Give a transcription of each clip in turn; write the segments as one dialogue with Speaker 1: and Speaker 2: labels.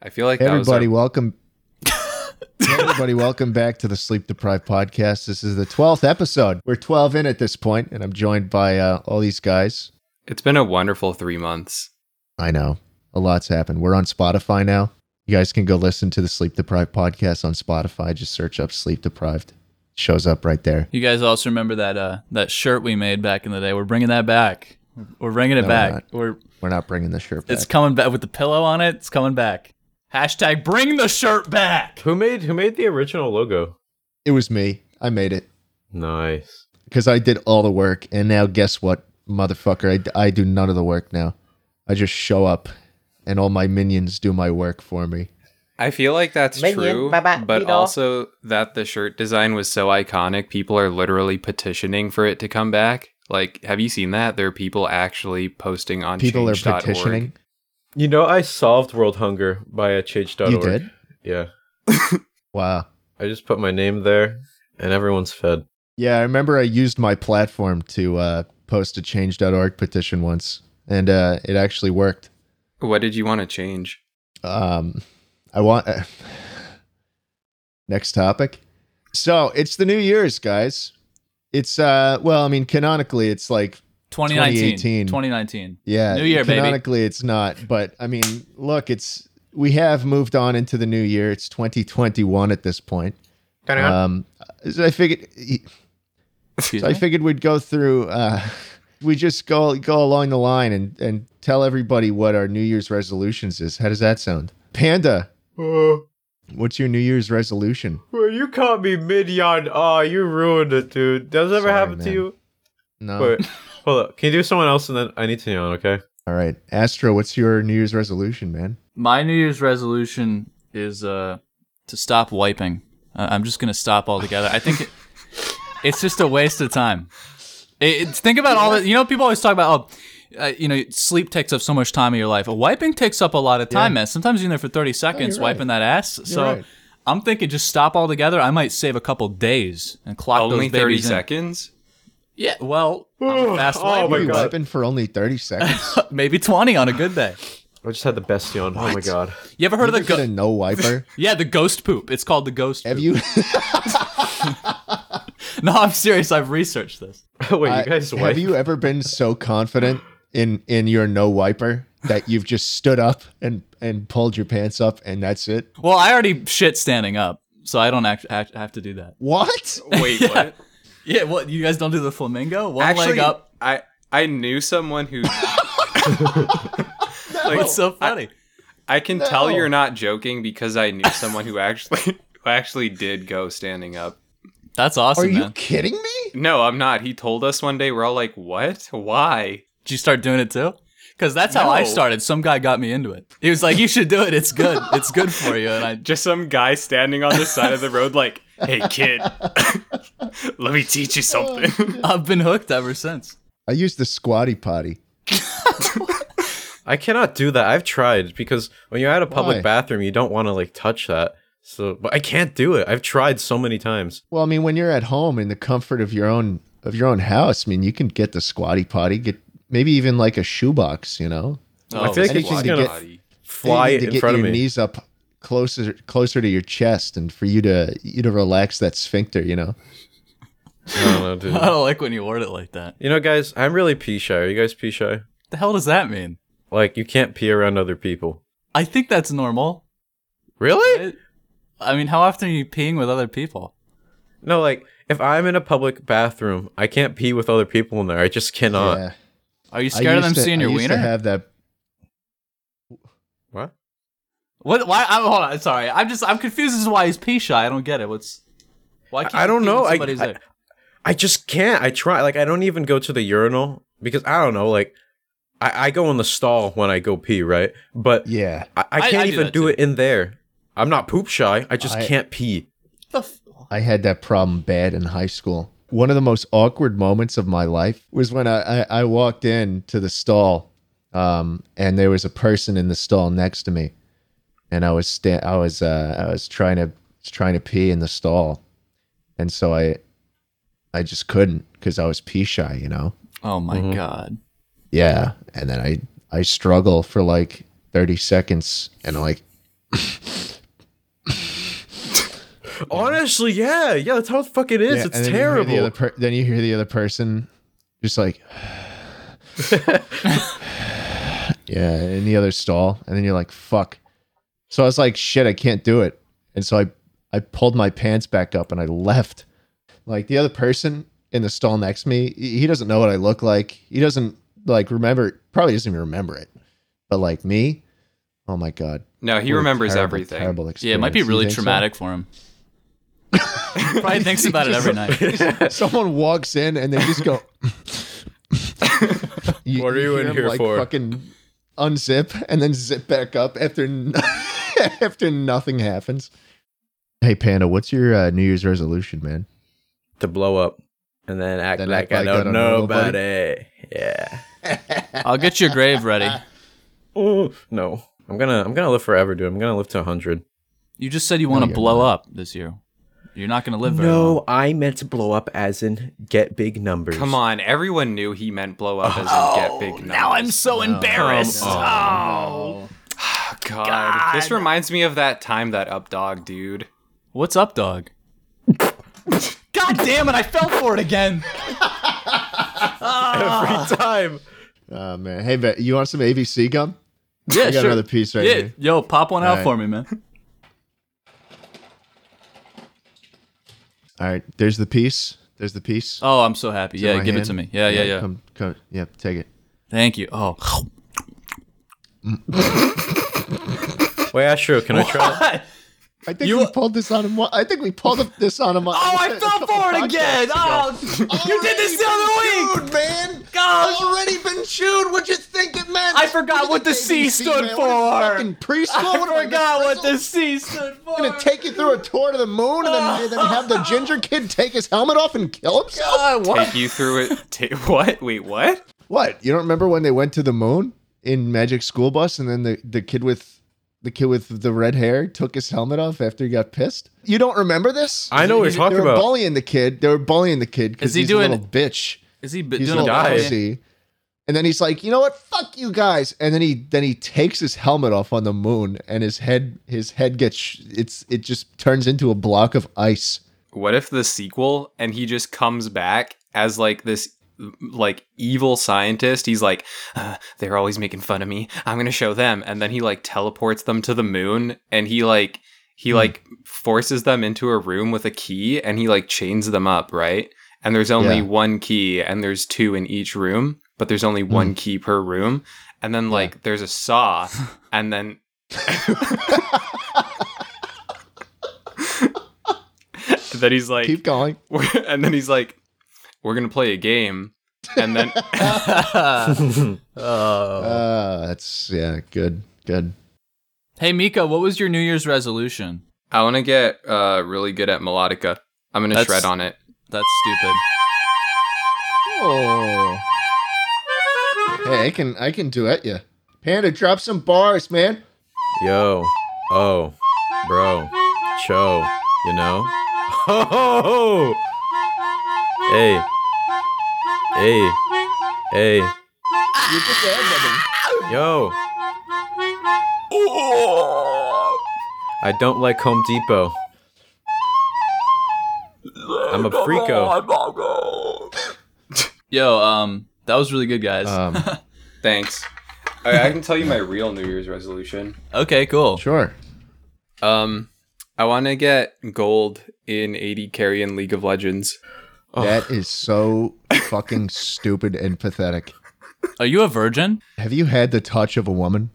Speaker 1: I feel like
Speaker 2: Hey, everybody,
Speaker 1: That was
Speaker 2: welcome. Hey, everybody, welcome back to the Sleep Deprived Podcast. This is the twelfth episode. We're twelve in at this point, and I'm joined by uh, all these guys.
Speaker 1: our- it's been a wonderful three months.
Speaker 2: I know a lot's happened. We're on Spotify now. You guys can go listen to the Sleep Deprived Podcast on Spotify. Just search up Sleep Deprived, shows up right there.
Speaker 3: You guys also remember that uh, that shirt we made back in the day. We're bringing that back. We're bringing it
Speaker 2: No, we're
Speaker 3: back.
Speaker 2: not.
Speaker 3: We're,
Speaker 2: We're not bringing the shirt back.
Speaker 3: it's coming back with the pillow on it. It's coming back. Hashtag bring the shirt back.
Speaker 4: Who made who made the original logo?
Speaker 2: it was me. I made it
Speaker 4: Nice.
Speaker 2: because I did all the work, and now guess what, motherfucker? I I do none of the work now. I just show up, and all my minions do my work for me.
Speaker 1: I feel like that's
Speaker 5: Minion,
Speaker 1: true,
Speaker 5: baba,
Speaker 1: but
Speaker 5: beetle.
Speaker 1: also that the shirt design was so iconic, people are literally petitioning for it to come back. Like, have you seen that? There are people actually posting on
Speaker 2: people are
Speaker 1: change.org.
Speaker 2: petitioning.
Speaker 4: You know, I solved world hunger by a change.org.
Speaker 2: You did?
Speaker 4: Yeah.
Speaker 2: Wow.
Speaker 4: I just put my name there and everyone's fed.
Speaker 2: Yeah, I remember I used my platform to uh, post a change.org petition once, and uh, it actually worked.
Speaker 1: What did you want to change?
Speaker 2: Um, I want. next topic. So it's the New Year's, guys. It's, uh, well, I mean, canonically, it's like
Speaker 3: 2019.
Speaker 2: 2018.
Speaker 3: 2019.
Speaker 2: Yeah.
Speaker 3: New year, baby.
Speaker 2: Canonically, it's not, but I mean, look, it's we have moved on into the new year. It's 2021 at this point. Um, so I figured,
Speaker 3: Excuse
Speaker 2: so I
Speaker 3: me.
Speaker 2: figured we'd go through. Uh, we just go go along the line and and tell everybody what our New Year's resolutions is. How does that sound, Panda?
Speaker 4: Oh,
Speaker 2: What's your New Year's resolution?
Speaker 4: well, you caught me mid yawn. Oh, you ruined it, dude. Does that ever
Speaker 2: Sorry,
Speaker 4: happen
Speaker 2: man. Uh.
Speaker 4: to you?
Speaker 2: No.
Speaker 4: Wait, hold up. Can you do someone else and then I need to yawn, okay?
Speaker 2: All right, Astro. What's your New Year's resolution, man?
Speaker 3: My New Year's resolution is uh, to stop wiping. Uh, I'm just gonna stop altogether. I think it, it's just a waste of time. It, it's- think about all the you know people always talk about oh, uh, you know sleep takes up so much time of your life. Wiping takes up a lot of time, man. Sometimes you're in there for 30 seconds
Speaker 2: Oh, right.
Speaker 3: wiping that ass. so
Speaker 2: right.
Speaker 3: I'm thinking just stop altogether. I might save a couple days and clock
Speaker 1: Only
Speaker 3: those
Speaker 1: 30
Speaker 3: babies in.
Speaker 1: seconds?
Speaker 3: Yeah, well, I'm a fast
Speaker 4: Oh
Speaker 3: wiper.
Speaker 4: my
Speaker 2: you
Speaker 4: God. Oh
Speaker 2: wiping for only 30 seconds.
Speaker 3: maybe 20 on a good day.
Speaker 4: I just had the best yawn. Oh my god.
Speaker 3: You ever heard of the
Speaker 2: You're
Speaker 3: go-
Speaker 2: gonna no wiper?
Speaker 3: Yeah, the ghost poop. It's called the ghost.
Speaker 2: Have you?
Speaker 3: poop. No, I'm serious. I've researched this.
Speaker 4: Wait,
Speaker 2: I-
Speaker 4: you guys
Speaker 2: have
Speaker 4: wiped?
Speaker 2: you ever been so confident in in your no wiper that you've just stood up and and pulled your pants up and that's it?
Speaker 3: Well, I already shit standing up, so I don't act- act- have to do that.
Speaker 2: What?
Speaker 1: Wait, what?
Speaker 3: Yeah, what? You guys don't do the flamingo? One
Speaker 1: Actually,
Speaker 3: leg up.
Speaker 1: I, I knew someone who. Like,
Speaker 3: What's so funny?
Speaker 1: I can tell
Speaker 2: No.
Speaker 1: you're not joking because I knew someone who actually who actually did go standing up.
Speaker 3: That's
Speaker 2: Are
Speaker 3: awesome,
Speaker 2: you
Speaker 3: man.
Speaker 2: kidding me?
Speaker 1: No, I'm not. He told us one day. We're all like, "What? Why?"
Speaker 3: Did you start doing it too? Because that's how I
Speaker 1: No.
Speaker 3: started. Some guy got me into it. He was like, "You should do it. It's good. It's good for you." And I
Speaker 1: Just some guy standing on the side of the road, like, "Hey, kid, let me teach you something."
Speaker 3: I've been hooked ever since.
Speaker 2: I used the squatty potty.
Speaker 4: I cannot do that. I've tried because when you're at a public
Speaker 2: Why?
Speaker 4: bathroom, you don't want to like touch that. So, but I can't do it. I've tried so many times.
Speaker 2: Well, I mean, when you're at home in the comfort of your own of your own house, I mean, you can get the squatty potty. Get maybe even like a shoebox. You know,
Speaker 3: Oh,
Speaker 4: I feel like it's
Speaker 2: anything
Speaker 4: just
Speaker 2: to
Speaker 4: gonna
Speaker 2: get-
Speaker 4: fly
Speaker 2: Anything to
Speaker 4: in
Speaker 2: get
Speaker 4: front of
Speaker 2: your
Speaker 4: me.
Speaker 2: knees up closer closer to your chest and for you to you to relax that sphincter. You know.
Speaker 4: I don't know, dude.
Speaker 3: I don't like when you word it like that.
Speaker 4: You know, guys, I'm really pee shy. Are you guys pee shy?
Speaker 3: The hell does that mean?
Speaker 4: Like, you can't pee around other people.
Speaker 3: I think that's normal.
Speaker 4: Really?
Speaker 3: I I mean, how often are you peeing with other people?
Speaker 4: No, like, if I'm in a public bathroom, I can't pee with other people in there. I just cannot.
Speaker 2: yeah.
Speaker 3: Are you
Speaker 2: I
Speaker 3: scared of them
Speaker 2: used to-
Speaker 3: seeing your
Speaker 2: I used
Speaker 3: wiener?
Speaker 2: To have that.
Speaker 4: What?
Speaker 3: What? Why? I'm, hold on. Sorry, I'm just I'm confused as to why he's pee shy. I don't get it. What's? Why? Can't
Speaker 4: I
Speaker 3: you
Speaker 4: don't
Speaker 3: pee
Speaker 4: know.
Speaker 3: when
Speaker 4: I-
Speaker 3: somebody's
Speaker 4: I-
Speaker 3: there?
Speaker 4: I just can't. I try. Like, I don't even go to the urinal because I don't know. Like, I, I go in the stall when I go pee, right? But
Speaker 2: Yeah.
Speaker 4: I, I
Speaker 3: I-
Speaker 4: can't
Speaker 3: I do
Speaker 4: even
Speaker 3: that
Speaker 4: do
Speaker 3: too.
Speaker 4: it in there. I'm not poop shy. I just
Speaker 2: I-
Speaker 4: can't pee.
Speaker 3: the f-
Speaker 2: I had that problem bad in high school. One of the most awkward moments of my life was when I, I, I walked in to the stall, um, and there was a person in the stall next to me, and I was sta- I was uh, I was trying to trying to pee in the stall, and so I I just couldn't because I was pee shy, you know.
Speaker 3: oh my
Speaker 2: Mm-hmm.
Speaker 3: god.
Speaker 2: Yeah, and then I I struggle for like thirty seconds, and I'm like,
Speaker 4: Honestly, yeah, yeah, that's how it fucking is.
Speaker 2: Yeah,
Speaker 4: it's
Speaker 2: and then you hear the
Speaker 4: terrible.
Speaker 2: other per- then you hear the other person just like, yeah, in the other stall, and then you're like, fuck. So I was like, shit, I can't do it, and so I I pulled my pants back up and I left. Like the other person in the stall next to me, he he doesn't know what I look like. He doesn't like remember. Probably doesn't even remember it. But like me, oh my god,
Speaker 1: No, he
Speaker 2: what a
Speaker 1: remembers
Speaker 2: terrible,
Speaker 1: everything.
Speaker 2: Terrible
Speaker 3: Yeah, it might be
Speaker 2: experience. You
Speaker 3: really
Speaker 2: think so?
Speaker 3: traumatic for him. Probably thinks about it every night.
Speaker 2: someone walks in and they just go
Speaker 4: What are you in
Speaker 2: him,
Speaker 4: here
Speaker 2: like,
Speaker 4: for?
Speaker 2: fucking unzip and then zip back up after n- after nothing happens hey panda what's your uh, new year's resolution man
Speaker 4: to blow up and then act
Speaker 2: Then act
Speaker 4: like, I,
Speaker 2: like
Speaker 4: don't
Speaker 2: I don't know
Speaker 4: know
Speaker 2: nobody.
Speaker 4: about it. Yeah.
Speaker 3: I'll get your grave ready.
Speaker 4: Ooh, no. I'm gonna I'm gonna live forever, dude. I'm gonna live to hundred.
Speaker 3: You just said you want to
Speaker 2: you're
Speaker 3: blow up this year. You're not going to live very long.
Speaker 4: No, I meant to blow up as in get big numbers.
Speaker 1: Come on, everyone knew he meant blow up as in get big numbers.
Speaker 3: so embarrassed. Oh.
Speaker 1: God. This reminds me of that time that up dog dude.
Speaker 3: What's up, dog? God damn it, I fell for it again.
Speaker 4: Every time.
Speaker 2: oh man hey bet you want some avc gum
Speaker 3: Yeah,
Speaker 2: i got
Speaker 3: sure.
Speaker 2: another piece right
Speaker 3: yeah,
Speaker 2: here
Speaker 3: yo, pop one out
Speaker 2: Alright.
Speaker 3: for me, man.
Speaker 2: all right there's the piece there's the piece
Speaker 3: Oh, I'm so happy.
Speaker 2: In
Speaker 3: Yeah,
Speaker 2: my
Speaker 3: give it
Speaker 2: hand.
Speaker 3: to me. Yeah, yeah, yeah.
Speaker 2: come come yeah take it
Speaker 3: Thank you. Oh.
Speaker 4: Wait, Astro, can I try? it?
Speaker 2: I think
Speaker 3: You-
Speaker 2: we pulled this on him. one- I think we pulled this on him.
Speaker 3: Oh, I fell for it again. Oh, you did this the other week.
Speaker 2: Dude, man.
Speaker 3: God.
Speaker 2: Already been chewed. What you think it meant?
Speaker 3: I forgot what the C stood for.
Speaker 2: Fucking preschool.
Speaker 3: I
Speaker 2: What am
Speaker 3: forgot
Speaker 2: gonna-
Speaker 3: what the C stood for.
Speaker 2: I'm gonna take you through a tour to the moon and then, and then have the ginger kid take his helmet off and kill himself.
Speaker 3: God, what?
Speaker 1: Take you through it. Ta- what? Wait, what?
Speaker 2: What? You don't remember when they went to the moon in Magic School Bus, and then the, the kid with the kid with the red hair took his helmet off after he got pissed? You don't remember this?
Speaker 4: I know what you're
Speaker 2: they
Speaker 4: talking
Speaker 2: were
Speaker 4: about.
Speaker 2: bullying the kid. They were bullying the kid because
Speaker 3: Is he
Speaker 2: he's
Speaker 3: doing-
Speaker 2: a little bitch.
Speaker 3: Is he b-
Speaker 2: He's a
Speaker 3: doing a
Speaker 2: little
Speaker 4: guy.
Speaker 3: ballet?
Speaker 2: pussy. And then he's like, you know what? Fuck you guys. And then he then he takes his helmet off on the moon, and his head his head gets sh- it's it just turns into a block of ice.
Speaker 1: What if the sequel and he just comes back as like this like evil scientist? He's like, uh, they're always making fun of me. I'm gonna show them, and then he like teleports them to the moon, and he like he like forces them into a room with a key, and he like chains them up, right? And there's only
Speaker 2: Yeah.
Speaker 1: one key, and there's two in each room, but there's only one key per room, and then like there's a saw, and then that he's like
Speaker 2: Keep going.
Speaker 1: We're- and then he's like, "We're gonna play a game," and then
Speaker 2: Uh, that's yeah, good, good.
Speaker 3: Hey, Mika, what was your New Year's resolution?
Speaker 1: I want to get uh, really good at melodica. I'm gonna
Speaker 3: That's-
Speaker 1: shred on it.
Speaker 3: That's stupid.
Speaker 2: Oh, hey, I can I can duet you. Panda, drop some bars, man.
Speaker 4: Yo. Oh. Bro. Cho. You know? Oh. Hey. Hey. Hey.
Speaker 2: You put the head
Speaker 4: Yo. I don't like Home Depot. I'm a freako.
Speaker 3: Yo, um, that was really good, guys.
Speaker 2: on him. Um,
Speaker 1: Thanks. All right, I can tell you my real New Year's resolution.
Speaker 3: okay, cool.
Speaker 2: sure.
Speaker 1: Um, I want to get gold in 80 carry in League of Legends.
Speaker 2: That is so fucking stupid and pathetic.
Speaker 3: Are you a virgin?
Speaker 2: Have you had the touch of a woman?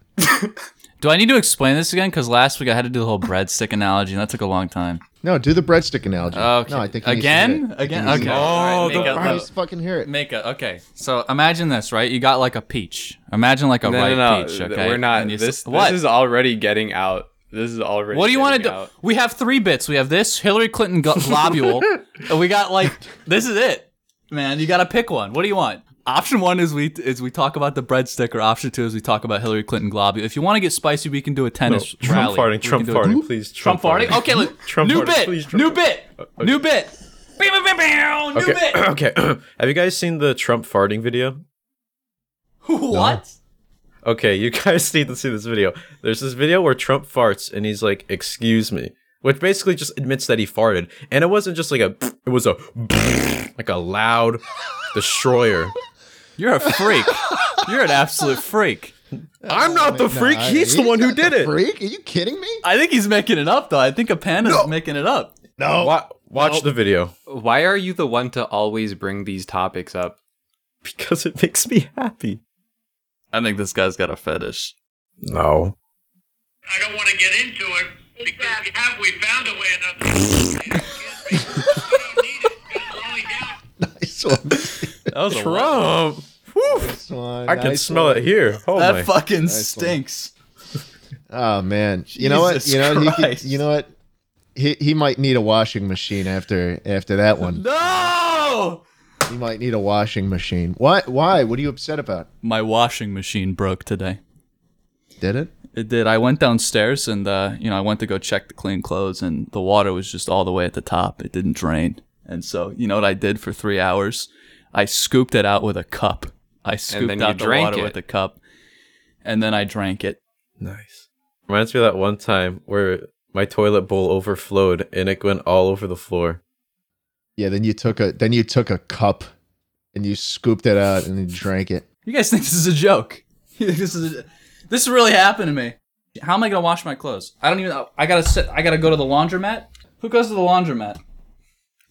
Speaker 3: Do I need to explain this again? Because last week I had to do the whole breadstick analogy, and that took a long time.
Speaker 2: No, do the breadstick analogy.
Speaker 3: Okay.
Speaker 2: No, I think he needs to hear
Speaker 3: again,
Speaker 2: it.
Speaker 3: again,
Speaker 2: I think he needs to
Speaker 3: okay.
Speaker 2: hear it.
Speaker 3: All
Speaker 4: Oh,
Speaker 3: make
Speaker 4: the
Speaker 3: a-
Speaker 2: I just fucking hear it.
Speaker 3: Make a okay. So imagine this, right? You got like a peach. Imagine like a
Speaker 1: No,
Speaker 3: ripe
Speaker 1: no, no.
Speaker 3: peach.
Speaker 1: th-
Speaker 3: Okay,
Speaker 1: We're not.
Speaker 3: And you s-
Speaker 1: This,
Speaker 3: what?
Speaker 1: this is already getting out. This is already.
Speaker 3: what do you want to
Speaker 1: getting
Speaker 3: do?
Speaker 1: out.
Speaker 3: We have three bits. We have this Hillary Clinton go- globule, and we got like this is it, man. You got to pick one. What do you want? Option one is we is we talk about the breadstick, or option two is we talk about Hillary Clinton globule. If you want to get spicy, we can do a tennis
Speaker 4: Trump
Speaker 3: rally.
Speaker 4: farting,
Speaker 3: We
Speaker 4: Trump
Speaker 3: can do a-
Speaker 4: farting, please.
Speaker 3: Trump farting. Okay, look.
Speaker 4: Trump
Speaker 3: new
Speaker 4: farting,
Speaker 3: bit.
Speaker 4: please, Trump
Speaker 3: new
Speaker 4: farting.
Speaker 3: bit. New bit. Bam, bam, bam, bam, New
Speaker 4: Okay.
Speaker 3: bit.
Speaker 4: okay. Have you guys seen the Trump farting video?
Speaker 3: what?
Speaker 4: Okay, you guys need to see this video. There's this video where Trump farts and he's like, "Excuse me," which basically just admits that he farted. And it wasn't just like a, it was a, like a loud destroyer.
Speaker 3: You're a freak. You're an absolute freak.
Speaker 4: I'm not the
Speaker 2: No,
Speaker 4: freak.
Speaker 2: I-
Speaker 4: He's the one who
Speaker 2: not
Speaker 4: did
Speaker 2: the
Speaker 4: it.
Speaker 2: Freak? Are you kidding me?
Speaker 3: I think he's making it up, though. I think a panda's making it up.
Speaker 2: No.
Speaker 4: Wa- Watch
Speaker 2: Nope.
Speaker 4: the video
Speaker 1: Why are you the one to always bring these topics up?
Speaker 4: because it makes me happy.
Speaker 3: I think this guy's got a fetish.
Speaker 4: No.
Speaker 5: I don't want to get into it because we have we found a way enough. we don't need it because we're only down
Speaker 2: Nice one.
Speaker 3: That was
Speaker 4: Trump. Whew.
Speaker 2: Nice one.
Speaker 4: I can
Speaker 2: Nice
Speaker 4: smell
Speaker 2: one.
Speaker 4: it here. Oh
Speaker 3: That
Speaker 4: my.
Speaker 3: fucking
Speaker 2: one.
Speaker 3: stinks.
Speaker 2: Oh man. you know what?
Speaker 3: Jesus
Speaker 2: You know he could,
Speaker 3: Christ.
Speaker 2: you know what? He he might need a washing machine after after that one.
Speaker 3: No!
Speaker 2: He might need a washing machine. Why why? What are you upset about?
Speaker 3: My washing machine broke today.
Speaker 2: Did it?
Speaker 3: It did. I went downstairs and, uh, you know, I went to go check the clean clothes, and the water was just all the way at the top. It didn't drain. And so, you know what I did for three hours? I scooped it out with a cup. I scooped
Speaker 1: then you
Speaker 3: out the
Speaker 1: drank
Speaker 3: water
Speaker 1: it.
Speaker 3: with a cup, and then I drank it.
Speaker 4: Nice. Reminds me of that one time where my toilet bowl overflowed and it went all over the floor.
Speaker 2: Yeah, then you took a then you took a cup and you scooped it out and you drank it.
Speaker 3: You guys think this is a joke? this is a, this really happened to me. How am I gonna wash my clothes? I don't even. I gotta sit. I gotta go to the laundromat. Who goes to the laundromat? I'm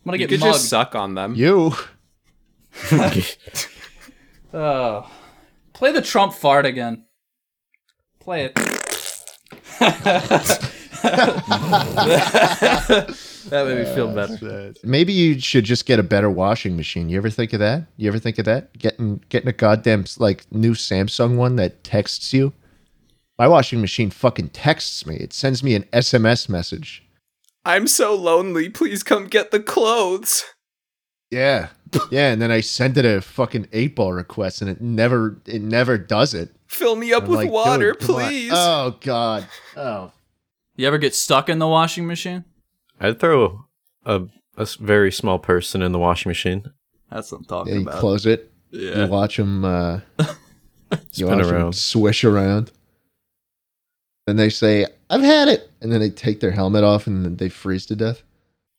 Speaker 3: gonna
Speaker 1: You
Speaker 3: get
Speaker 1: could
Speaker 3: mugged.
Speaker 1: just suck on them.
Speaker 2: You
Speaker 3: Oh. Play the Trump fart again. Play it. that made me feel better.
Speaker 2: maybe you should just get a better washing machine. You ever think of that? You ever think of that? Getting getting a goddamn like new Samsung one that texts you. My washing machine fucking texts me. It sends me an SMS message.
Speaker 1: I'm so lonely. Please come get the clothes.
Speaker 2: Yeah, yeah, and then I send it a fucking eight ball request, and it never it never does it.
Speaker 1: Fill me up
Speaker 2: I'm like, dude, come on. Oh god. Oh.
Speaker 3: You ever get stuck in the washing machine?
Speaker 4: I'd throw a, a s- very small person in the washing machine.
Speaker 3: That's what I'm talking
Speaker 2: You
Speaker 3: about.
Speaker 2: close it. You
Speaker 3: yeah.
Speaker 2: watch them. Uh, you
Speaker 4: Spin
Speaker 2: watch 'em
Speaker 4: around.
Speaker 2: swish around. Then they say, "I've had it," and then they take their helmet off and then they freeze to death.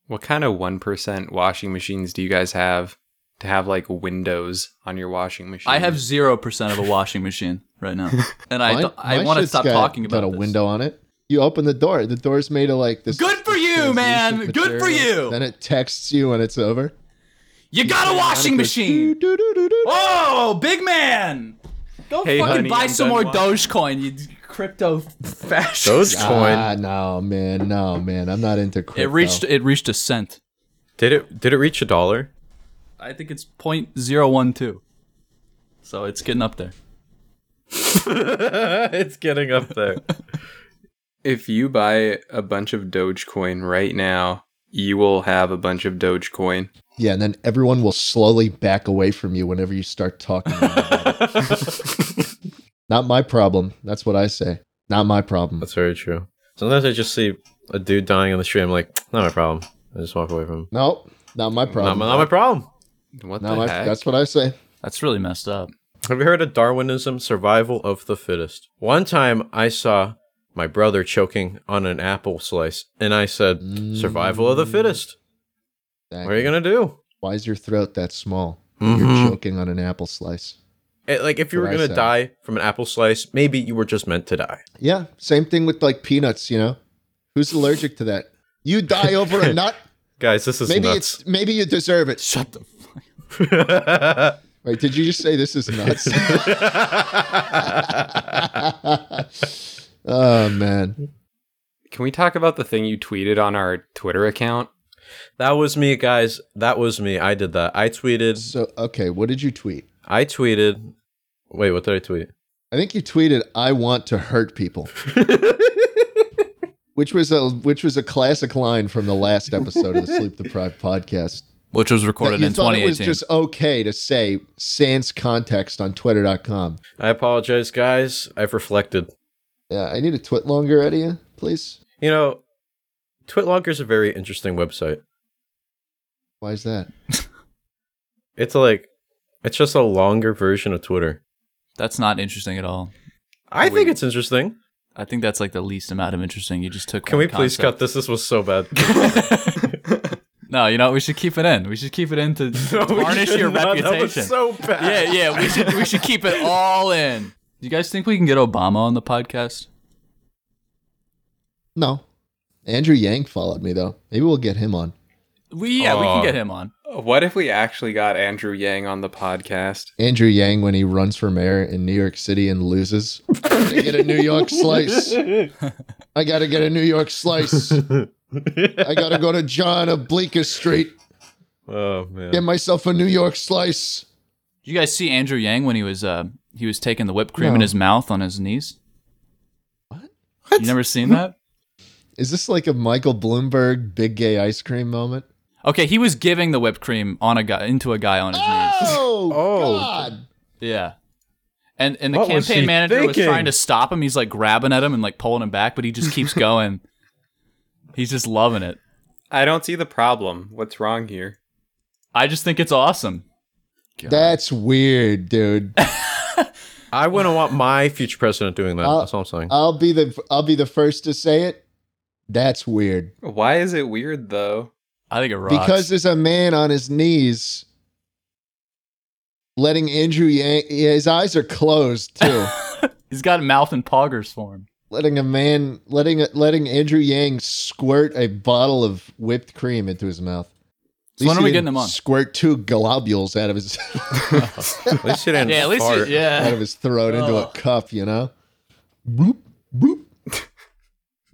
Speaker 1: What kind of 1% washing machines do you guys have to have like windows on your washing machine?
Speaker 3: I have zero percent of a washing machine right now, and I
Speaker 2: Mine-
Speaker 3: don't, I
Speaker 2: my
Speaker 3: want to
Speaker 2: shit's
Speaker 3: stop
Speaker 2: got-
Speaker 3: talking about
Speaker 2: got a
Speaker 3: this.
Speaker 2: window on it. You open the door. The door's made of like this.
Speaker 3: Good for you, man.
Speaker 2: translucent
Speaker 3: Good for
Speaker 2: material.
Speaker 3: you.
Speaker 2: Then it texts you when it's over.
Speaker 3: You got a washing
Speaker 2: Goes,
Speaker 3: machine.
Speaker 2: "Doo, doo, doo, doo, doo."
Speaker 3: Oh, big man! Go
Speaker 1: Hey,
Speaker 3: fucking
Speaker 1: honey,
Speaker 3: buy
Speaker 1: I'm
Speaker 3: some
Speaker 1: done
Speaker 3: more
Speaker 1: watching.
Speaker 3: Dogecoin, you crypto fascist.
Speaker 4: Dogecoin.
Speaker 2: Ah, no, man. No, man. I'm not into crypto.
Speaker 3: it reached it reached a cent.
Speaker 4: Did it did it reach a dollar?
Speaker 3: I think it's point zero one two. So it's getting up there.
Speaker 4: it's getting up there.
Speaker 1: If you buy a bunch of Dogecoin right now, you will have a bunch of Dogecoin.
Speaker 2: Yeah, and then everyone will slowly back away from you whenever you start talking. to them about it. Not my problem. That's what I say. Not my problem.
Speaker 4: That's very true. Sometimes I just see a dude dying on the street. I'm like, not my problem. I just walk away from him.
Speaker 2: Nope. Not my
Speaker 4: Not
Speaker 2: problem.
Speaker 4: my, not my problem.
Speaker 1: What
Speaker 2: Not
Speaker 1: the
Speaker 2: my-
Speaker 1: heck?
Speaker 2: that's what I say.
Speaker 3: That's really messed up.
Speaker 4: Have you heard of Darwinism, survival of the fittest? One time I saw my brother choking on an apple slice, and I said, survival of
Speaker 2: Mm.
Speaker 4: the fittest.
Speaker 2: Dang.
Speaker 4: What are you going to do?
Speaker 2: Why is your throat that small? You're
Speaker 4: Mhm.
Speaker 2: choking on an apple slice.
Speaker 4: It- like, if you were
Speaker 2: What I
Speaker 4: going to
Speaker 2: said.
Speaker 4: die from an apple slice, maybe you were just meant to die.
Speaker 2: Yeah, same thing with like peanuts. You know, who's allergic to that? You die over a nut.
Speaker 4: Guys, this is
Speaker 2: Maybe
Speaker 4: nuts.
Speaker 2: it's maybe you deserve it.
Speaker 3: Shut the fuck.
Speaker 2: Wait, did you just say this is nuts? oh man,
Speaker 1: Can we talk about the thing you tweeted on our Twitter account?
Speaker 4: that was me, guys. That was me. I did that. I tweeted.
Speaker 2: So okay, what did you tweet?
Speaker 4: I tweeted. Wait, what did I tweet?
Speaker 2: I think you tweeted, "I want to hurt people," which was a which was a classic line from the last episode of the Sleep Deprived podcast.
Speaker 3: Which was recorded
Speaker 2: you
Speaker 3: in
Speaker 2: thought it was
Speaker 3: 2018.
Speaker 2: just okay to say sans context on Twitter.com.
Speaker 4: I apologize, guys. I've reflected.
Speaker 2: Yeah, I need a twit longer out of you, please.
Speaker 4: You know, Twitlogger is a very interesting website.
Speaker 2: Why is that?
Speaker 4: It's like, it's just a longer version of Twitter.
Speaker 3: That's not interesting at all.
Speaker 4: I think it's interesting.
Speaker 3: I think that's like the least amount of interesting. You just took.
Speaker 4: Can
Speaker 3: one
Speaker 4: we please
Speaker 3: concept.
Speaker 4: cut this? This was so bad.
Speaker 3: No, you know we should keep it in. We should keep it in to tarnish your
Speaker 4: That was
Speaker 3: reputation.
Speaker 4: so
Speaker 3: yeah,
Speaker 4: bad.
Speaker 3: yeah. We should we should keep it all in. Do you guys think we can get Obama on the podcast?
Speaker 2: No. Andrew Yang followed me though. Maybe we'll get him on.
Speaker 3: We yeah, we can
Speaker 4: Aw.
Speaker 3: get him on.
Speaker 1: What if we actually got Andrew Yang on the podcast?
Speaker 2: Andrew Yang when he runs for mayor in New York City and loses. I get a New York slice. I gotta get a New York slice. I gotta go to John of Bleecker Street.
Speaker 4: Oh man.
Speaker 2: Get myself a New York slice.
Speaker 3: Did you guys see Andrew Yang when he was uh he was taking the whipped cream
Speaker 2: No.
Speaker 3: in his mouth on his knees? What? You never seen that?
Speaker 2: Is this like a Michael Bloomberg big gay ice cream moment?
Speaker 3: Okay, he was giving the whipped cream on a guy into a guy on his knees.
Speaker 2: Oh,
Speaker 4: Oh.
Speaker 2: God.
Speaker 3: Yeah. And and the
Speaker 4: What was
Speaker 3: campaign
Speaker 4: he
Speaker 3: manager was
Speaker 4: thinking?
Speaker 3: trying to stop him. He's like grabbing at him and like pulling him back, but he just keeps going. He's just loving it.
Speaker 1: I don't see the problem. What's wrong here?
Speaker 3: I just think it's awesome.
Speaker 2: That's weird, dude.
Speaker 4: I wouldn't want my future president doing that.
Speaker 2: I'll-
Speaker 4: That's all I'm saying.
Speaker 2: I'll be the I'll be the first to say it. That's weird.
Speaker 1: Why is it weird though?
Speaker 3: I think it rocks.
Speaker 2: Because there's a man on his knees letting Andrew Yang his eyes are closed too.
Speaker 3: he's got mouth and poggers for him.
Speaker 2: letting a man letting letting Andrew Yang squirt a bottle of whipped cream into his mouth. At
Speaker 3: So when
Speaker 2: least
Speaker 3: are
Speaker 2: he
Speaker 3: we
Speaker 2: didn't
Speaker 3: getting him on?
Speaker 2: Squirt two globules out of his
Speaker 4: at least he didn't
Speaker 3: Yeah, at least
Speaker 4: fart.
Speaker 3: he,
Speaker 2: out
Speaker 3: yeah.
Speaker 2: of his throat into a
Speaker 3: Ugh.
Speaker 2: cup, you know? Bloop, bloop.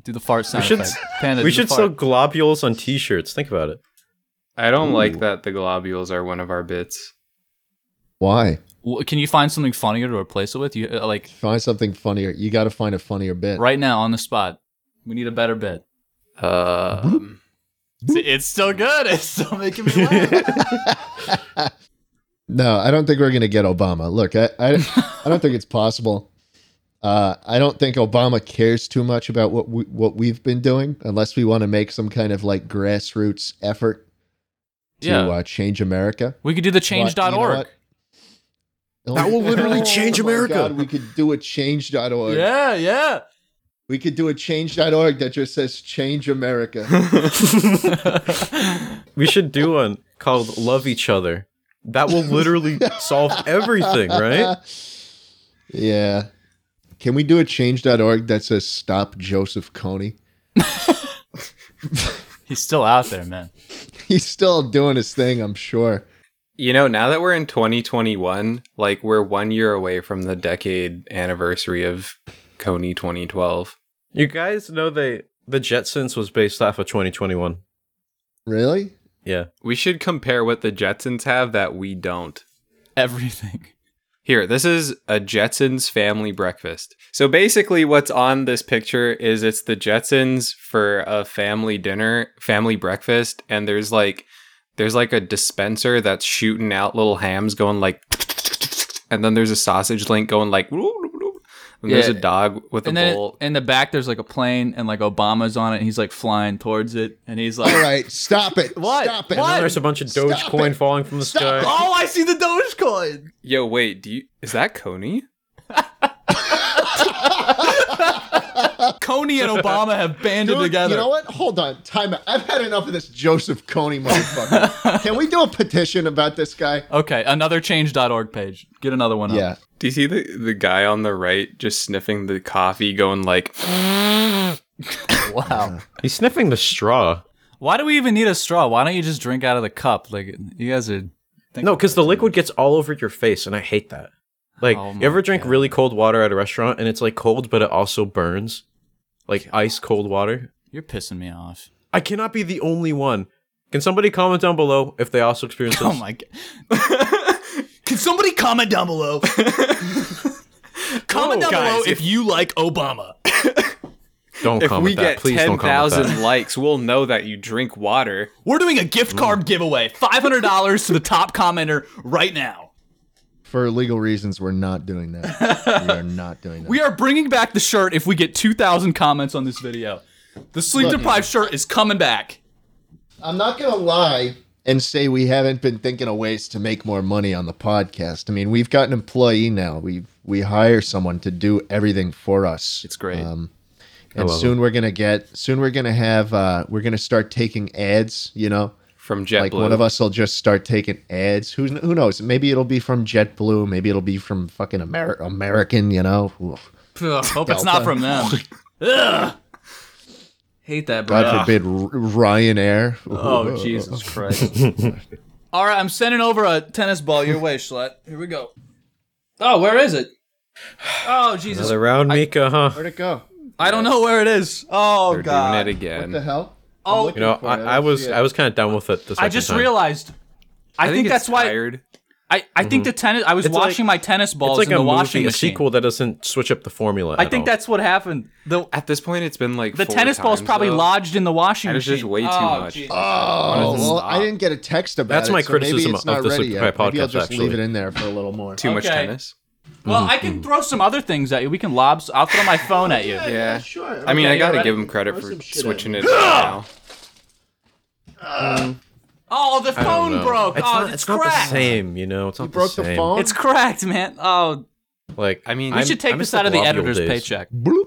Speaker 3: Do the fart sound
Speaker 4: should-
Speaker 3: effect. Panda,
Speaker 4: We
Speaker 3: do the
Speaker 4: should
Speaker 3: fart.
Speaker 4: sell globules on T-shirts. Think about it.
Speaker 1: I don't like that the globules are one of our bits.
Speaker 2: Why?
Speaker 3: W- Can you find something funnier to replace it with? You uh, like
Speaker 2: Find something funnier. You got to find a funnier bit.
Speaker 3: right now on the spot. We need a better bit.
Speaker 1: Um,
Speaker 3: See, it's still good. It's still making me laugh.
Speaker 2: No, I don't think we're going to get Obama. Look, I, I, I don't think it's possible. Uh, I don't think Obama cares too much about what we, what we've been doing, unless we want to make some kind of like grassroots effort to
Speaker 3: yeah.
Speaker 2: uh, change America.
Speaker 3: we could do the
Speaker 2: But you know
Speaker 3: change.org.
Speaker 2: what? Oh,
Speaker 4: That will literally
Speaker 2: oh
Speaker 4: change
Speaker 2: my
Speaker 4: America.
Speaker 2: God, we could do a change.org.
Speaker 3: yeah, yeah.
Speaker 2: We could do a change.org that just says change America.
Speaker 4: We should do one called "Love Each Other." That will literally solve everything, right?
Speaker 2: yeah. Can we do a change.org that says stop Joseph Coney?
Speaker 3: He's still out there, man.
Speaker 2: He's still doing his thing, I'm sure.
Speaker 1: you know, now that we're in 2021, like we're one year away from the decade anniversary of Coney 2012.
Speaker 4: You guys know they the Jetsons was based off of 2021.
Speaker 2: Really?
Speaker 4: Yeah.
Speaker 1: We should compare what the Jetsons have that we don't.
Speaker 3: Everything.
Speaker 1: Here, this is a Jetsons family breakfast. So basically, what's on this picture is it's the Jetsons for a family dinner, family breakfast, and there's like there's like a dispenser that's shooting out little hams going like, and then there's a sausage link going like, and there's a
Speaker 3: Yeah.
Speaker 1: dog with a
Speaker 3: and then
Speaker 1: bowl.
Speaker 3: in the back, there's like a plane, and like Obama's on it, and he's like flying towards it, and he's like,
Speaker 2: All right, stop it.
Speaker 3: What?
Speaker 2: Stop it.
Speaker 4: And
Speaker 3: What?
Speaker 4: there's a bunch of
Speaker 2: Stop
Speaker 4: Dogecoin
Speaker 2: it.
Speaker 4: falling from the
Speaker 2: Stop
Speaker 4: sky.
Speaker 2: it.
Speaker 3: "Oh, I see the Dogecoin."
Speaker 1: Yo, wait, do you is that Coney?
Speaker 3: Coney and Obama have banded
Speaker 2: Dude,
Speaker 3: together.
Speaker 2: You know what? Hold on. Time out. I've had enough of this Joseph Coney motherfucker. Can we do a petition about this guy?
Speaker 3: Okay, another change.org page. Get another one up.
Speaker 2: Yeah.
Speaker 1: Do you see the the guy on the right just sniffing the coffee, going like,
Speaker 3: Wow.
Speaker 4: He's sniffing the straw.
Speaker 3: Why do we even need a straw? Why don't you just drink out of the cup? Like you guys are.
Speaker 4: No, because the liquid gets all over your face, and I hate that. Like,
Speaker 3: Oh my
Speaker 4: you ever drink
Speaker 3: God.
Speaker 4: really cold water at a restaurant, and it's like cold, but it also burns, like ice cold water.
Speaker 3: You're pissing me off.
Speaker 4: I cannot be the only one. Can somebody comment down below if they also experience this?
Speaker 3: Oh my god. Can somebody comment down below? comment down
Speaker 1: Guys,
Speaker 3: below
Speaker 1: if-
Speaker 3: Oh, if you like Obama.
Speaker 4: Don't
Speaker 1: if
Speaker 4: comment
Speaker 1: we
Speaker 4: that.
Speaker 1: get
Speaker 4: Please
Speaker 1: ten
Speaker 4: don't comment that.
Speaker 1: thousand likes, we'll know that you drink water.
Speaker 3: We're doing a gift card giveaway. $500 to the top commenter right now.
Speaker 2: For legal reasons, we're not doing that. we are not doing that.
Speaker 3: We are bringing back the shirt if we get 2,000 comments on this video. The sleep deprived shirt is coming back.
Speaker 2: I'm not gonna lie. and say we haven't been thinking of ways to make more money on the podcast. I mean, we've got an employee now. We we hire someone to do everything for us.
Speaker 1: It's great.
Speaker 2: Um, and soon we're gonna get. Soon we're gonna have. Uh, we're gonna start taking ads. You know,
Speaker 1: from JetBlue.
Speaker 2: like one of us will just start taking ads. Who's who knows? Maybe it'll be from JetBlue. Maybe it'll be from fucking Amer- American. You know, Ugh.
Speaker 3: Ugh, hope it's
Speaker 2: Delta.
Speaker 3: not from them. Ugh. Hate that, bro.
Speaker 2: God forbid, R- Ryanair.
Speaker 1: oh Jesus Christ!
Speaker 3: All right, I'm sending over a tennis ball your way, Schlett. Here we go. Oh, where is it? Oh, Jesus.
Speaker 4: Another round, Mika, huh?
Speaker 2: Where'd it go?
Speaker 3: I don't know where it is. Oh,
Speaker 1: They're doing
Speaker 3: God.
Speaker 1: it
Speaker 2: What the
Speaker 1: again.
Speaker 2: hell?
Speaker 3: Oh,
Speaker 4: You know,
Speaker 2: for it, I
Speaker 4: I, I
Speaker 2: don't
Speaker 4: was
Speaker 2: see it.
Speaker 4: I was kind of done with it. The
Speaker 3: I
Speaker 4: second
Speaker 3: just
Speaker 4: time.
Speaker 3: realized. I, think,
Speaker 1: it's
Speaker 3: that's why.
Speaker 1: tired.
Speaker 3: I, I think the tennis. I was
Speaker 4: Mm-hmm. It's like-
Speaker 3: washing my tennis
Speaker 4: It's
Speaker 3: balls
Speaker 4: like
Speaker 3: in
Speaker 4: a
Speaker 3: the
Speaker 4: movie,
Speaker 3: washing
Speaker 4: a
Speaker 3: machine.
Speaker 4: sequel that doesn't switch up the formula.
Speaker 3: I
Speaker 4: at
Speaker 3: think
Speaker 4: all.
Speaker 3: that's what happened. The
Speaker 1: At this point, it's been like
Speaker 3: the
Speaker 1: four
Speaker 3: tennis ball's
Speaker 1: times,
Speaker 3: probably
Speaker 1: though.
Speaker 3: lodged in the washing
Speaker 1: That is
Speaker 3: machine.
Speaker 1: just way too
Speaker 3: Oh,
Speaker 1: much.
Speaker 3: Jesus.
Speaker 2: Oh,
Speaker 1: does it
Speaker 2: well,
Speaker 1: stop?
Speaker 2: I didn't get a text about
Speaker 4: That's
Speaker 2: it.
Speaker 4: my
Speaker 2: so maybe
Speaker 4: criticism
Speaker 2: it's not
Speaker 4: of this
Speaker 2: ready
Speaker 4: Liquid
Speaker 2: yet.
Speaker 4: Pie
Speaker 2: Maybe I'll
Speaker 4: podcast,
Speaker 2: just leave
Speaker 4: actually.
Speaker 2: it in there for a little more.
Speaker 1: Too much
Speaker 3: Okay.
Speaker 1: tennis.
Speaker 3: Well, I
Speaker 4: Mm-hmm.
Speaker 3: can throw some other things at you. We can lob. I'll throw my phone at you.
Speaker 1: Yeah.
Speaker 2: sure.
Speaker 1: I mean, I
Speaker 3: Okay,
Speaker 1: gotta
Speaker 3: alright.
Speaker 1: give him credit
Speaker 2: Throw
Speaker 1: for
Speaker 2: some shit at
Speaker 1: switching it now.
Speaker 3: Oh, the
Speaker 4: I don't
Speaker 3: phone
Speaker 4: know.
Speaker 3: broke.
Speaker 4: It's
Speaker 3: oh,
Speaker 4: not,
Speaker 3: it's,
Speaker 4: not
Speaker 3: cracked.
Speaker 4: the same, you know. It's not
Speaker 2: broke
Speaker 4: the
Speaker 2: the
Speaker 4: same.
Speaker 2: phone.
Speaker 3: It's cracked, man. Oh,
Speaker 4: Like
Speaker 1: I mean-
Speaker 3: we
Speaker 1: We
Speaker 4: I'm-
Speaker 3: should take
Speaker 4: I miss
Speaker 3: this out of the
Speaker 4: globular
Speaker 3: editor's
Speaker 4: days.
Speaker 3: paycheck.
Speaker 2: Bloop.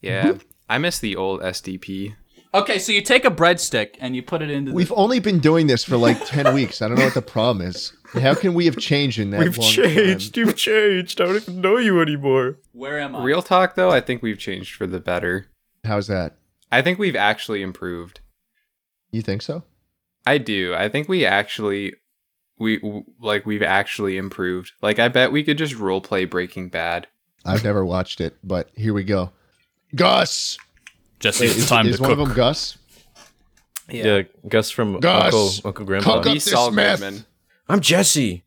Speaker 1: Yeah. I miss the old SDP.
Speaker 3: Okay, so you take a breadstick and you put it into.
Speaker 2: We've only been doing this for like ten weeks. I don't know what the problem is. How can we have changed in that
Speaker 4: You've
Speaker 2: long
Speaker 4: changed. You've changed. I don't even know you anymore.
Speaker 3: the, where am I?
Speaker 1: Real talk, though, I think we've changed for the better.
Speaker 2: Time? How's that?
Speaker 1: I think we've actually improved.
Speaker 2: You think so?
Speaker 1: I do. I think we actually we w- like we've actually improved. Like I bet we could just roleplay Breaking Bad.
Speaker 2: I've never watched it, but here we go. Gus.
Speaker 3: Just
Speaker 2: Wait, is, is one of them Gus?
Speaker 4: Yeah, Gus from
Speaker 2: Gus,
Speaker 4: Uncle Uncle Grandpa.
Speaker 2: cook up
Speaker 1: Be
Speaker 2: this
Speaker 1: Saul
Speaker 2: meth.
Speaker 1: Goodman.
Speaker 4: I'm Jesse.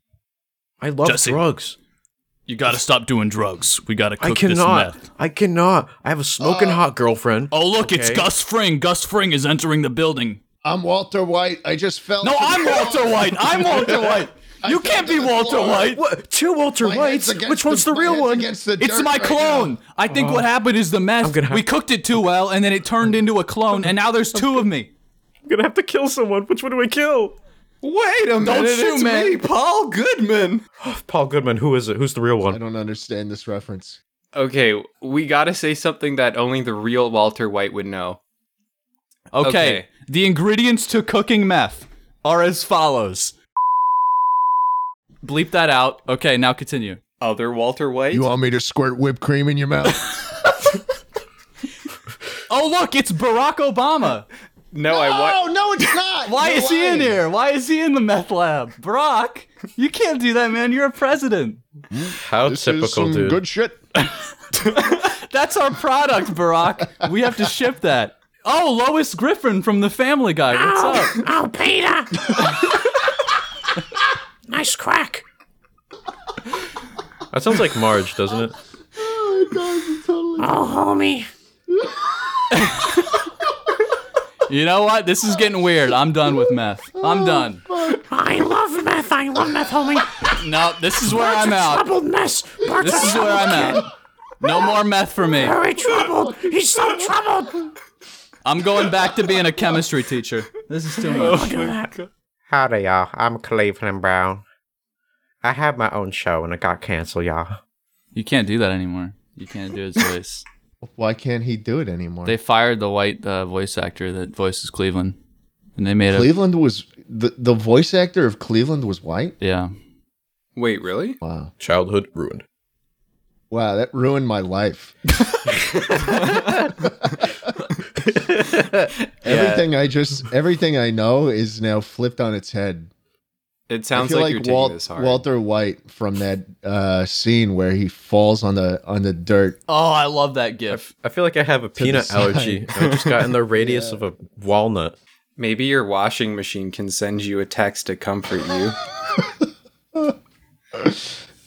Speaker 4: I love
Speaker 3: Jesse.
Speaker 4: drugs.
Speaker 3: You gotta stop doing drugs. We gotta
Speaker 4: I cannot. I cannot. I have a smoking hot girlfriend.
Speaker 3: Oh, look, it's
Speaker 4: Okay.
Speaker 3: Gus Fring. Gus Fring is entering the building.
Speaker 2: I'm Walter White. I just fell.
Speaker 3: No,
Speaker 2: to the
Speaker 3: I'm
Speaker 2: floor.
Speaker 3: Walter White. I'm Walter White.
Speaker 2: I
Speaker 3: You
Speaker 2: fell
Speaker 3: can't
Speaker 2: to
Speaker 3: be
Speaker 2: the
Speaker 3: Walter
Speaker 2: floor.
Speaker 3: White.
Speaker 4: What? Two Walter
Speaker 2: My head's
Speaker 4: Whites?
Speaker 2: against
Speaker 4: Which one's the,
Speaker 2: my
Speaker 4: real
Speaker 2: head's
Speaker 4: one?
Speaker 2: against the
Speaker 3: It's
Speaker 2: dirt
Speaker 3: my
Speaker 2: right
Speaker 3: clone.
Speaker 2: now.
Speaker 3: I think what happened is the meth.
Speaker 4: Oh. gonna have-
Speaker 3: We cooked it too well, and then it turned into a clone, and now there's two of me.
Speaker 4: I'm gonna have to kill someone. Which one do I kill?
Speaker 1: Wait a minute.
Speaker 3: shoot,
Speaker 1: it's
Speaker 3: man.
Speaker 1: me, Paul Goodman.
Speaker 4: Paul Goodman. Who is it? Who's the real
Speaker 2: I
Speaker 4: one?
Speaker 2: don't understand this reference.
Speaker 1: Okay, we got to say something that only the real Walter White would know.
Speaker 3: Okay.
Speaker 1: Okay.
Speaker 3: The ingredients to cooking meth are as follows. Bleep that out. Okay, now continue.
Speaker 1: Other Walter White?
Speaker 2: You want me to squirt whipped cream in your mouth?
Speaker 3: Oh, look, it's Barack Obama.
Speaker 1: no, I want
Speaker 2: oh no, it's not.
Speaker 3: Why
Speaker 2: You're
Speaker 3: is he in
Speaker 2: lying.
Speaker 3: here? Why is he in the meth lab? Barack, you can't do that, man. You're a president.
Speaker 4: How
Speaker 2: This
Speaker 4: typical,
Speaker 2: is some
Speaker 4: dude.
Speaker 2: good shit.
Speaker 3: That's our product, Barack. We have to ship that. Oh, Lois Griffin from The Family Guy. What's up?
Speaker 5: Oh, Peter! nice crack.
Speaker 4: That sounds like Marge, doesn't it?
Speaker 5: Oh, homie.
Speaker 3: You know what? This is getting weird. I'm done with meth. I'm done.
Speaker 5: I love meth. I love meth, homie.
Speaker 3: No, this is where I'm out.
Speaker 5: Troubled mess. Bart's
Speaker 3: This
Speaker 5: a
Speaker 3: is where I'm at. No more meth for me.
Speaker 5: Very troubled. He's so troubled.
Speaker 3: I'm going back to being a chemistry teacher. This is too much.
Speaker 6: Howdy, y'all. I'm Cleveland Brown. I had my own show and it got canceled, y'all.
Speaker 3: You can't do that anymore. You can't do his voice.
Speaker 2: Why can't he do it anymore?
Speaker 3: They fired the white uh, voice actor that voices Cleveland, and they made a
Speaker 2: Cleveland was the the voice actor of Cleveland was white.
Speaker 3: yeah.
Speaker 1: Wait, really?
Speaker 2: Wow,
Speaker 4: Childhood ruined.
Speaker 2: wow, that ruined my life. everything I just everything I know is now flipped on its head.
Speaker 1: It
Speaker 2: I
Speaker 1: sounds
Speaker 2: feel
Speaker 1: like,
Speaker 2: like,
Speaker 1: you're taking
Speaker 2: Walt,
Speaker 1: this hard.
Speaker 2: Walter White from that uh, scene where he falls on the on the dirt.
Speaker 3: Oh, I love that gif.
Speaker 4: I feel like I have a peanut
Speaker 2: side.
Speaker 4: allergy. I just got in the radius of a walnut.
Speaker 1: Maybe your washing machine can send you a text to comfort you.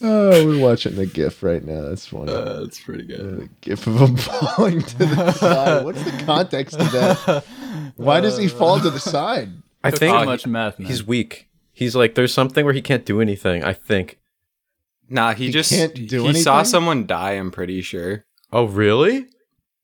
Speaker 2: Oh, we're watching the GIF right now. That's funny.
Speaker 1: Uh,
Speaker 3: That's pretty good.
Speaker 2: the GIF of him falling to the side. What's the context of that? Why does he fall
Speaker 1: Uh.
Speaker 2: to the side?
Speaker 4: I
Speaker 3: Too
Speaker 4: think
Speaker 3: much meth. man.
Speaker 4: he's weak. He's like, there's something where he can't do anything. I think.
Speaker 1: Nah, he, just
Speaker 2: can't do
Speaker 1: he saw
Speaker 2: anything?
Speaker 1: someone die. I'm pretty sure.
Speaker 4: Oh, really?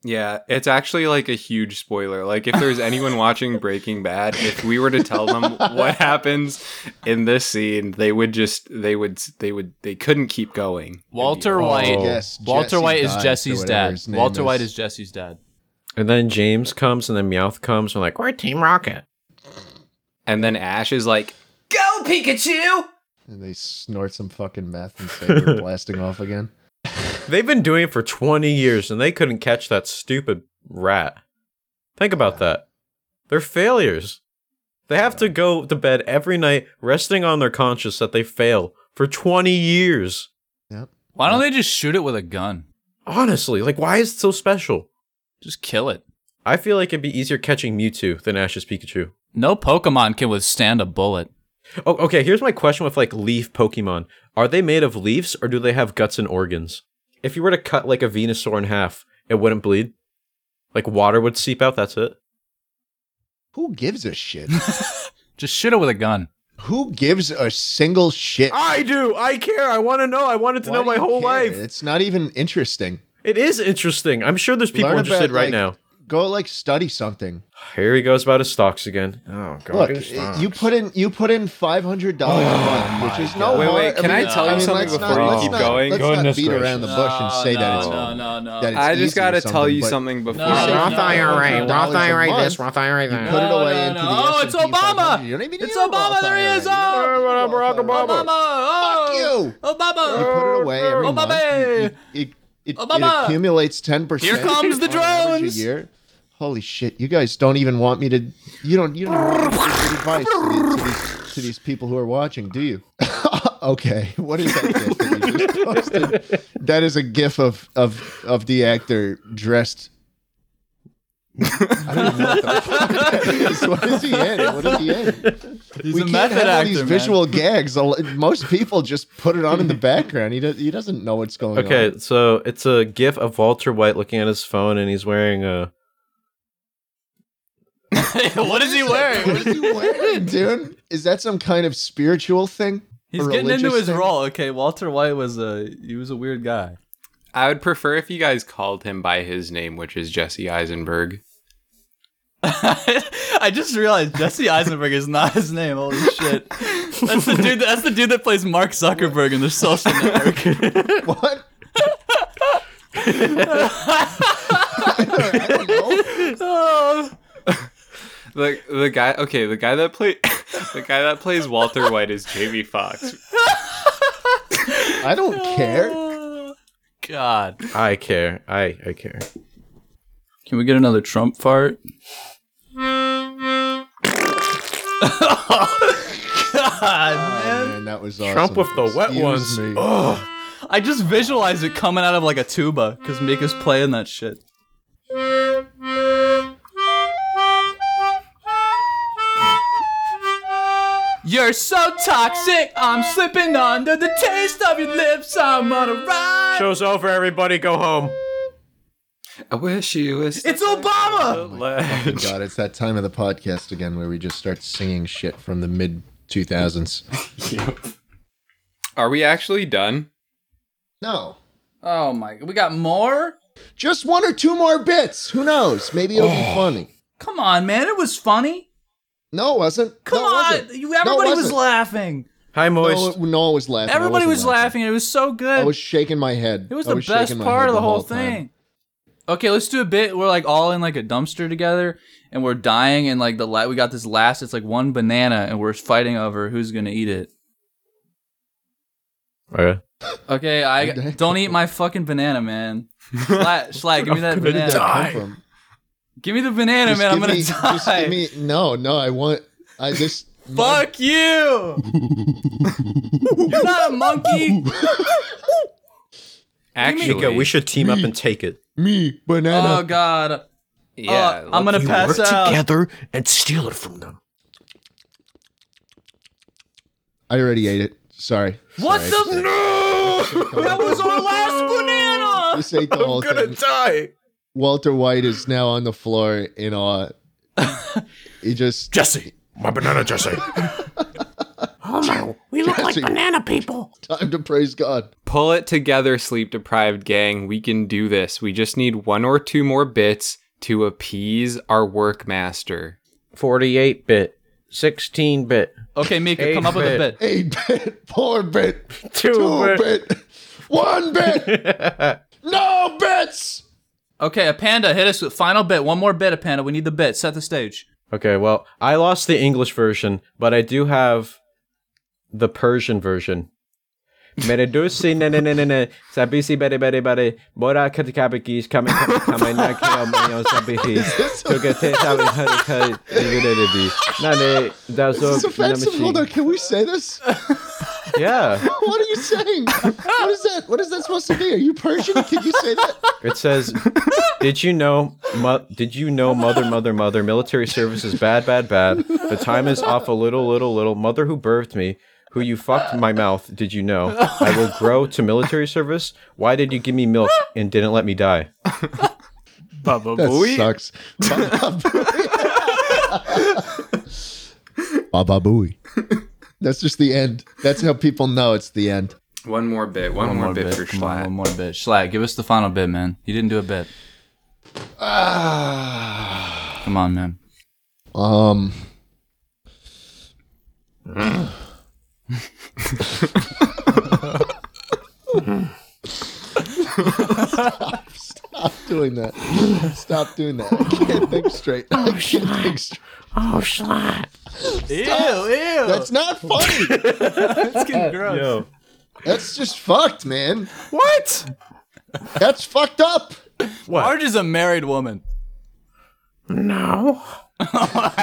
Speaker 1: Yeah, it's actually like a huge spoiler. Like, if there's anyone watching Breaking Bad, if we were to tell them what happens in this scene, they would just they would they would they couldn't keep going.
Speaker 3: Walter White.
Speaker 2: yes,
Speaker 3: Walter
Speaker 2: Jesse
Speaker 3: White is
Speaker 2: dies, or
Speaker 3: Jesse's
Speaker 2: whatever
Speaker 3: dad.
Speaker 2: his name
Speaker 3: Walter White
Speaker 2: is.
Speaker 3: is Jesse's dad.
Speaker 4: And then James comes, and then Meowth comes. and like,
Speaker 6: We're Team Rocket.
Speaker 1: And then Ash is like, "Go Pikachu!"
Speaker 2: And they snort some fucking meth and say we're blasting off again.
Speaker 4: they've been doing it for 20 years, and they couldn't catch that stupid rat. Think about that. They're failures. They have to go to bed every night, resting on their conscience that they fail for 20 years.
Speaker 2: Yep.
Speaker 3: Why don't they just shoot it with a gun?
Speaker 4: Honestly, like, why is it so special?
Speaker 3: Just kill it.
Speaker 4: I feel like it'd be easier catching Mewtwo than Ash's Pikachu.
Speaker 3: No Pokemon can withstand a bullet.
Speaker 4: Oh, okay, here's my question with like leaf Pokemon. Are they made of leaves or do they have guts and organs? If you were to cut like a Venusaur in half, it wouldn't bleed. Like water would seep out, that's it.
Speaker 2: Who gives a shit?
Speaker 3: Just shoot it with a gun.
Speaker 2: Who gives a single shit?
Speaker 4: I do. I care. I want to know. I wanted to
Speaker 2: Why
Speaker 4: know
Speaker 2: do
Speaker 4: my
Speaker 2: you
Speaker 4: whole
Speaker 2: care?
Speaker 4: life.
Speaker 2: It's not even interesting.
Speaker 4: It is interesting. I'm sure there's people
Speaker 2: Learn
Speaker 4: interested
Speaker 2: about,
Speaker 4: right
Speaker 2: like-
Speaker 4: now.
Speaker 2: Go like study something.
Speaker 4: Here he goes about his stocks again. Oh god.
Speaker 2: Look,
Speaker 4: his
Speaker 2: i-
Speaker 4: stocks.
Speaker 2: you put in you put in five hundred dollars a month, which is no.
Speaker 1: Wait,
Speaker 2: hard-
Speaker 1: wait, can I tell you something
Speaker 2: let's
Speaker 1: before you
Speaker 2: let's
Speaker 1: keep going?
Speaker 2: Let's not
Speaker 4: Goodness
Speaker 2: beat around the bush and say that it's.
Speaker 3: no, no, no.
Speaker 2: that it's
Speaker 1: I just
Speaker 2: easy or
Speaker 1: gotta tell you
Speaker 2: but
Speaker 1: something before.
Speaker 3: No,
Speaker 2: say
Speaker 3: no,
Speaker 6: Roth
Speaker 3: no,
Speaker 6: IRA,
Speaker 2: $1,000 a
Speaker 6: Roth IRA
Speaker 2: month,
Speaker 6: this, Roth IRA
Speaker 2: You
Speaker 6: that.
Speaker 2: put it
Speaker 3: No,
Speaker 2: away
Speaker 3: no,
Speaker 2: into
Speaker 3: no.
Speaker 2: the
Speaker 3: Oh,
Speaker 2: S&P
Speaker 3: it's Obama.
Speaker 2: 500. You don't even need
Speaker 3: It's
Speaker 2: a Roth
Speaker 3: Obama. There he
Speaker 2: IRA.
Speaker 3: is.
Speaker 2: You don't
Speaker 3: Oh,
Speaker 2: need a
Speaker 4: Barack
Speaker 2: Roth IRA.
Speaker 4: Obama.
Speaker 3: Obama! Oh,
Speaker 2: you! You
Speaker 3: Obama!
Speaker 2: put it away every
Speaker 3: Obama.
Speaker 2: month. You- It, it, it
Speaker 3: Obama.
Speaker 2: accumulates ten percent.
Speaker 3: Here comes the drones.
Speaker 2: Holy shit! You guys don't even want me to. You don't. You don't even want me to give advice to, the- to these, to these people who are watching, do you? okay, what is that? GIF that you just posted? That is a gif of of of the actor dressed. I don't even know what the fuck that is. What is he in? What is he in?
Speaker 3: He's
Speaker 2: we
Speaker 3: a
Speaker 2: can't
Speaker 3: method
Speaker 2: have all
Speaker 3: actor,
Speaker 2: these
Speaker 3: man.
Speaker 2: visual gags. A lo- Most people just put it on in the background. He does. He doesn't know what's going on.
Speaker 4: okay, so it's a gif of Walter White looking at his phone and he's wearing a
Speaker 3: what is he
Speaker 2: What
Speaker 3: wearing?
Speaker 2: is he wearing, dude? Is that some kind of spiritual thing?
Speaker 3: He's
Speaker 2: A
Speaker 3: getting into
Speaker 2: religious
Speaker 3: his
Speaker 2: thing?
Speaker 3: role. Okay, Walter White was a he was a weird guy.
Speaker 1: I would prefer if you guys called him by his name, which is Jesse Eisenberg.
Speaker 3: I just realized Jesse Eisenberg is not his name. Holy shit! That's the dude. That's the dude that plays Mark Zuckerberg in The Social Network.
Speaker 2: What? I don't, I don't know.
Speaker 1: The the guy, okay, the guy that play, the guy that plays Walter White is Jamie Foxx.
Speaker 2: I don't care.
Speaker 3: God.
Speaker 4: I care. I I care.
Speaker 3: Can we get another Trump fart? God, man.
Speaker 2: Man, that was awesome.
Speaker 4: Trump with the wet
Speaker 2: Excuse
Speaker 4: ones.
Speaker 2: me.
Speaker 3: I just visualized it coming out of like a tuba because Mika's playing that shit. You're so toxic, I'm slipping under the taste of your lips. I'm on a ride.
Speaker 4: Show's over, everybody go home.
Speaker 1: I wish you was.
Speaker 3: it's Obama.
Speaker 2: Thank God, it's that time of the podcast again where we just start singing shit from the mid 2000s.
Speaker 1: Are we actually done?
Speaker 2: No.
Speaker 3: Oh my, we got more.
Speaker 2: Just one or two more bits. Who knows? Maybe it'll
Speaker 3: Oh.
Speaker 2: be funny.
Speaker 3: Come on, man, it was funny.
Speaker 2: No, it wasn't.
Speaker 3: Come
Speaker 2: No, it
Speaker 3: on,
Speaker 2: wasn't.
Speaker 3: you,
Speaker 2: No, it
Speaker 3: everybody was
Speaker 2: wasn't.
Speaker 3: laughing.
Speaker 4: Hi
Speaker 2: No,
Speaker 4: Moist.
Speaker 2: it- no one was laughing. Oh, I
Speaker 3: Everybody
Speaker 2: wasn't
Speaker 3: was laughing. It was so good.
Speaker 2: I was shaking my head.
Speaker 3: It was
Speaker 2: I
Speaker 3: the best
Speaker 2: Oh, shaking my
Speaker 3: part
Speaker 2: head
Speaker 3: of the, whole
Speaker 2: time.
Speaker 3: thing. Okay, let's do a bit. We're like all in like a dumpster together, and we're dying, and like the la- we got this last. It's like one banana, and we're fighting over who's gonna eat it.
Speaker 4: Okay.
Speaker 3: Okay, I
Speaker 2: Okay.
Speaker 3: don't eat my fucking banana, man. Schlag, Schlag give me that
Speaker 2: Where did
Speaker 3: banana.
Speaker 2: that come from?
Speaker 3: Give me the banana,
Speaker 2: Just
Speaker 3: man. I'm
Speaker 2: give
Speaker 3: gonna
Speaker 2: me-
Speaker 3: die.
Speaker 2: Just give me, no, no, I want. I just.
Speaker 3: Fuck you! You're not a monkey.
Speaker 1: Actually,
Speaker 4: Nico, we should team up and take it.
Speaker 2: Me,
Speaker 3: Oh
Speaker 2: banana.
Speaker 3: god.
Speaker 1: Yeah,
Speaker 3: Uh, I'm gonna pass out.
Speaker 4: and steal it from them.
Speaker 2: I already ate it. Sorry.
Speaker 3: What
Speaker 2: Sorry.
Speaker 3: the? That was our last banana.
Speaker 2: This ate the whole thing.
Speaker 4: die.
Speaker 2: Walter White is now on the floor in awe. he just.
Speaker 4: Jesse. My banana, Jesse.
Speaker 6: Oh my, we look like
Speaker 2: Jesse.
Speaker 6: banana people.
Speaker 2: Time to praise God.
Speaker 1: Pull it together, sleep deprived gang. We can do this. We just need one or two more bits to appease our workmaster.
Speaker 4: 48 bit, 16 bit,
Speaker 3: Okay, Mika, come up with a
Speaker 4: Eight-bit.
Speaker 3: bit.
Speaker 2: Eight bit, four bit,
Speaker 4: Two
Speaker 2: two bit, one bit. no bits.
Speaker 3: Okay, a panda, hit us with final bit. One more bit, a panda. We need the bit. Set the stage.
Speaker 4: Okay, well, I lost the English version, but I do have the Persian version. Meredusi ne ne ne ne ne sabisi bere bere bere bora katakabikis coming coming na kio mayo sabisi tugate sabi hari kai diguredi nane dazo
Speaker 2: This is offensive. Hold on, can we say this?
Speaker 4: Yeah,
Speaker 2: What are you saying? What is that? What is that supposed to be? Are you Persian? Can you say that?
Speaker 4: it says, did you know, mo- did you know, mother, mother, mother, military service is bad, bad, bad. The time is off a little, little, little. Mother who birthed me, who you fucked my mouth. Did you know? I will grow to military service. Why did you give me milk and didn't let me die?
Speaker 3: Bubba
Speaker 2: That sucks. Baba Booey. That's just the end. That's how people know it's the end.
Speaker 1: One more bit. One, more, bit, for
Speaker 3: Come on,
Speaker 1: Schlatt.
Speaker 3: one more bit. Schlatt, give us the final bit, man. You didn't do a bit. Come on, man.
Speaker 2: Um. stop, stop doing that. Stop doing that. I can't think straight. I can't think straight.
Speaker 6: Oh, Schlatt.
Speaker 2: That's not funny.
Speaker 4: Yo,
Speaker 2: That's just fucked, man.
Speaker 3: What?
Speaker 2: That's fucked up.
Speaker 3: Marge is a married woman.
Speaker 6: No.
Speaker 2: Oh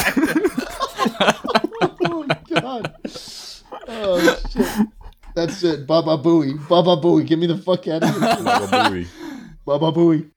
Speaker 2: my god. Oh shit. That's it. Baba Booey. Baba Booey. Get me the fuck out of here. Baba Booey.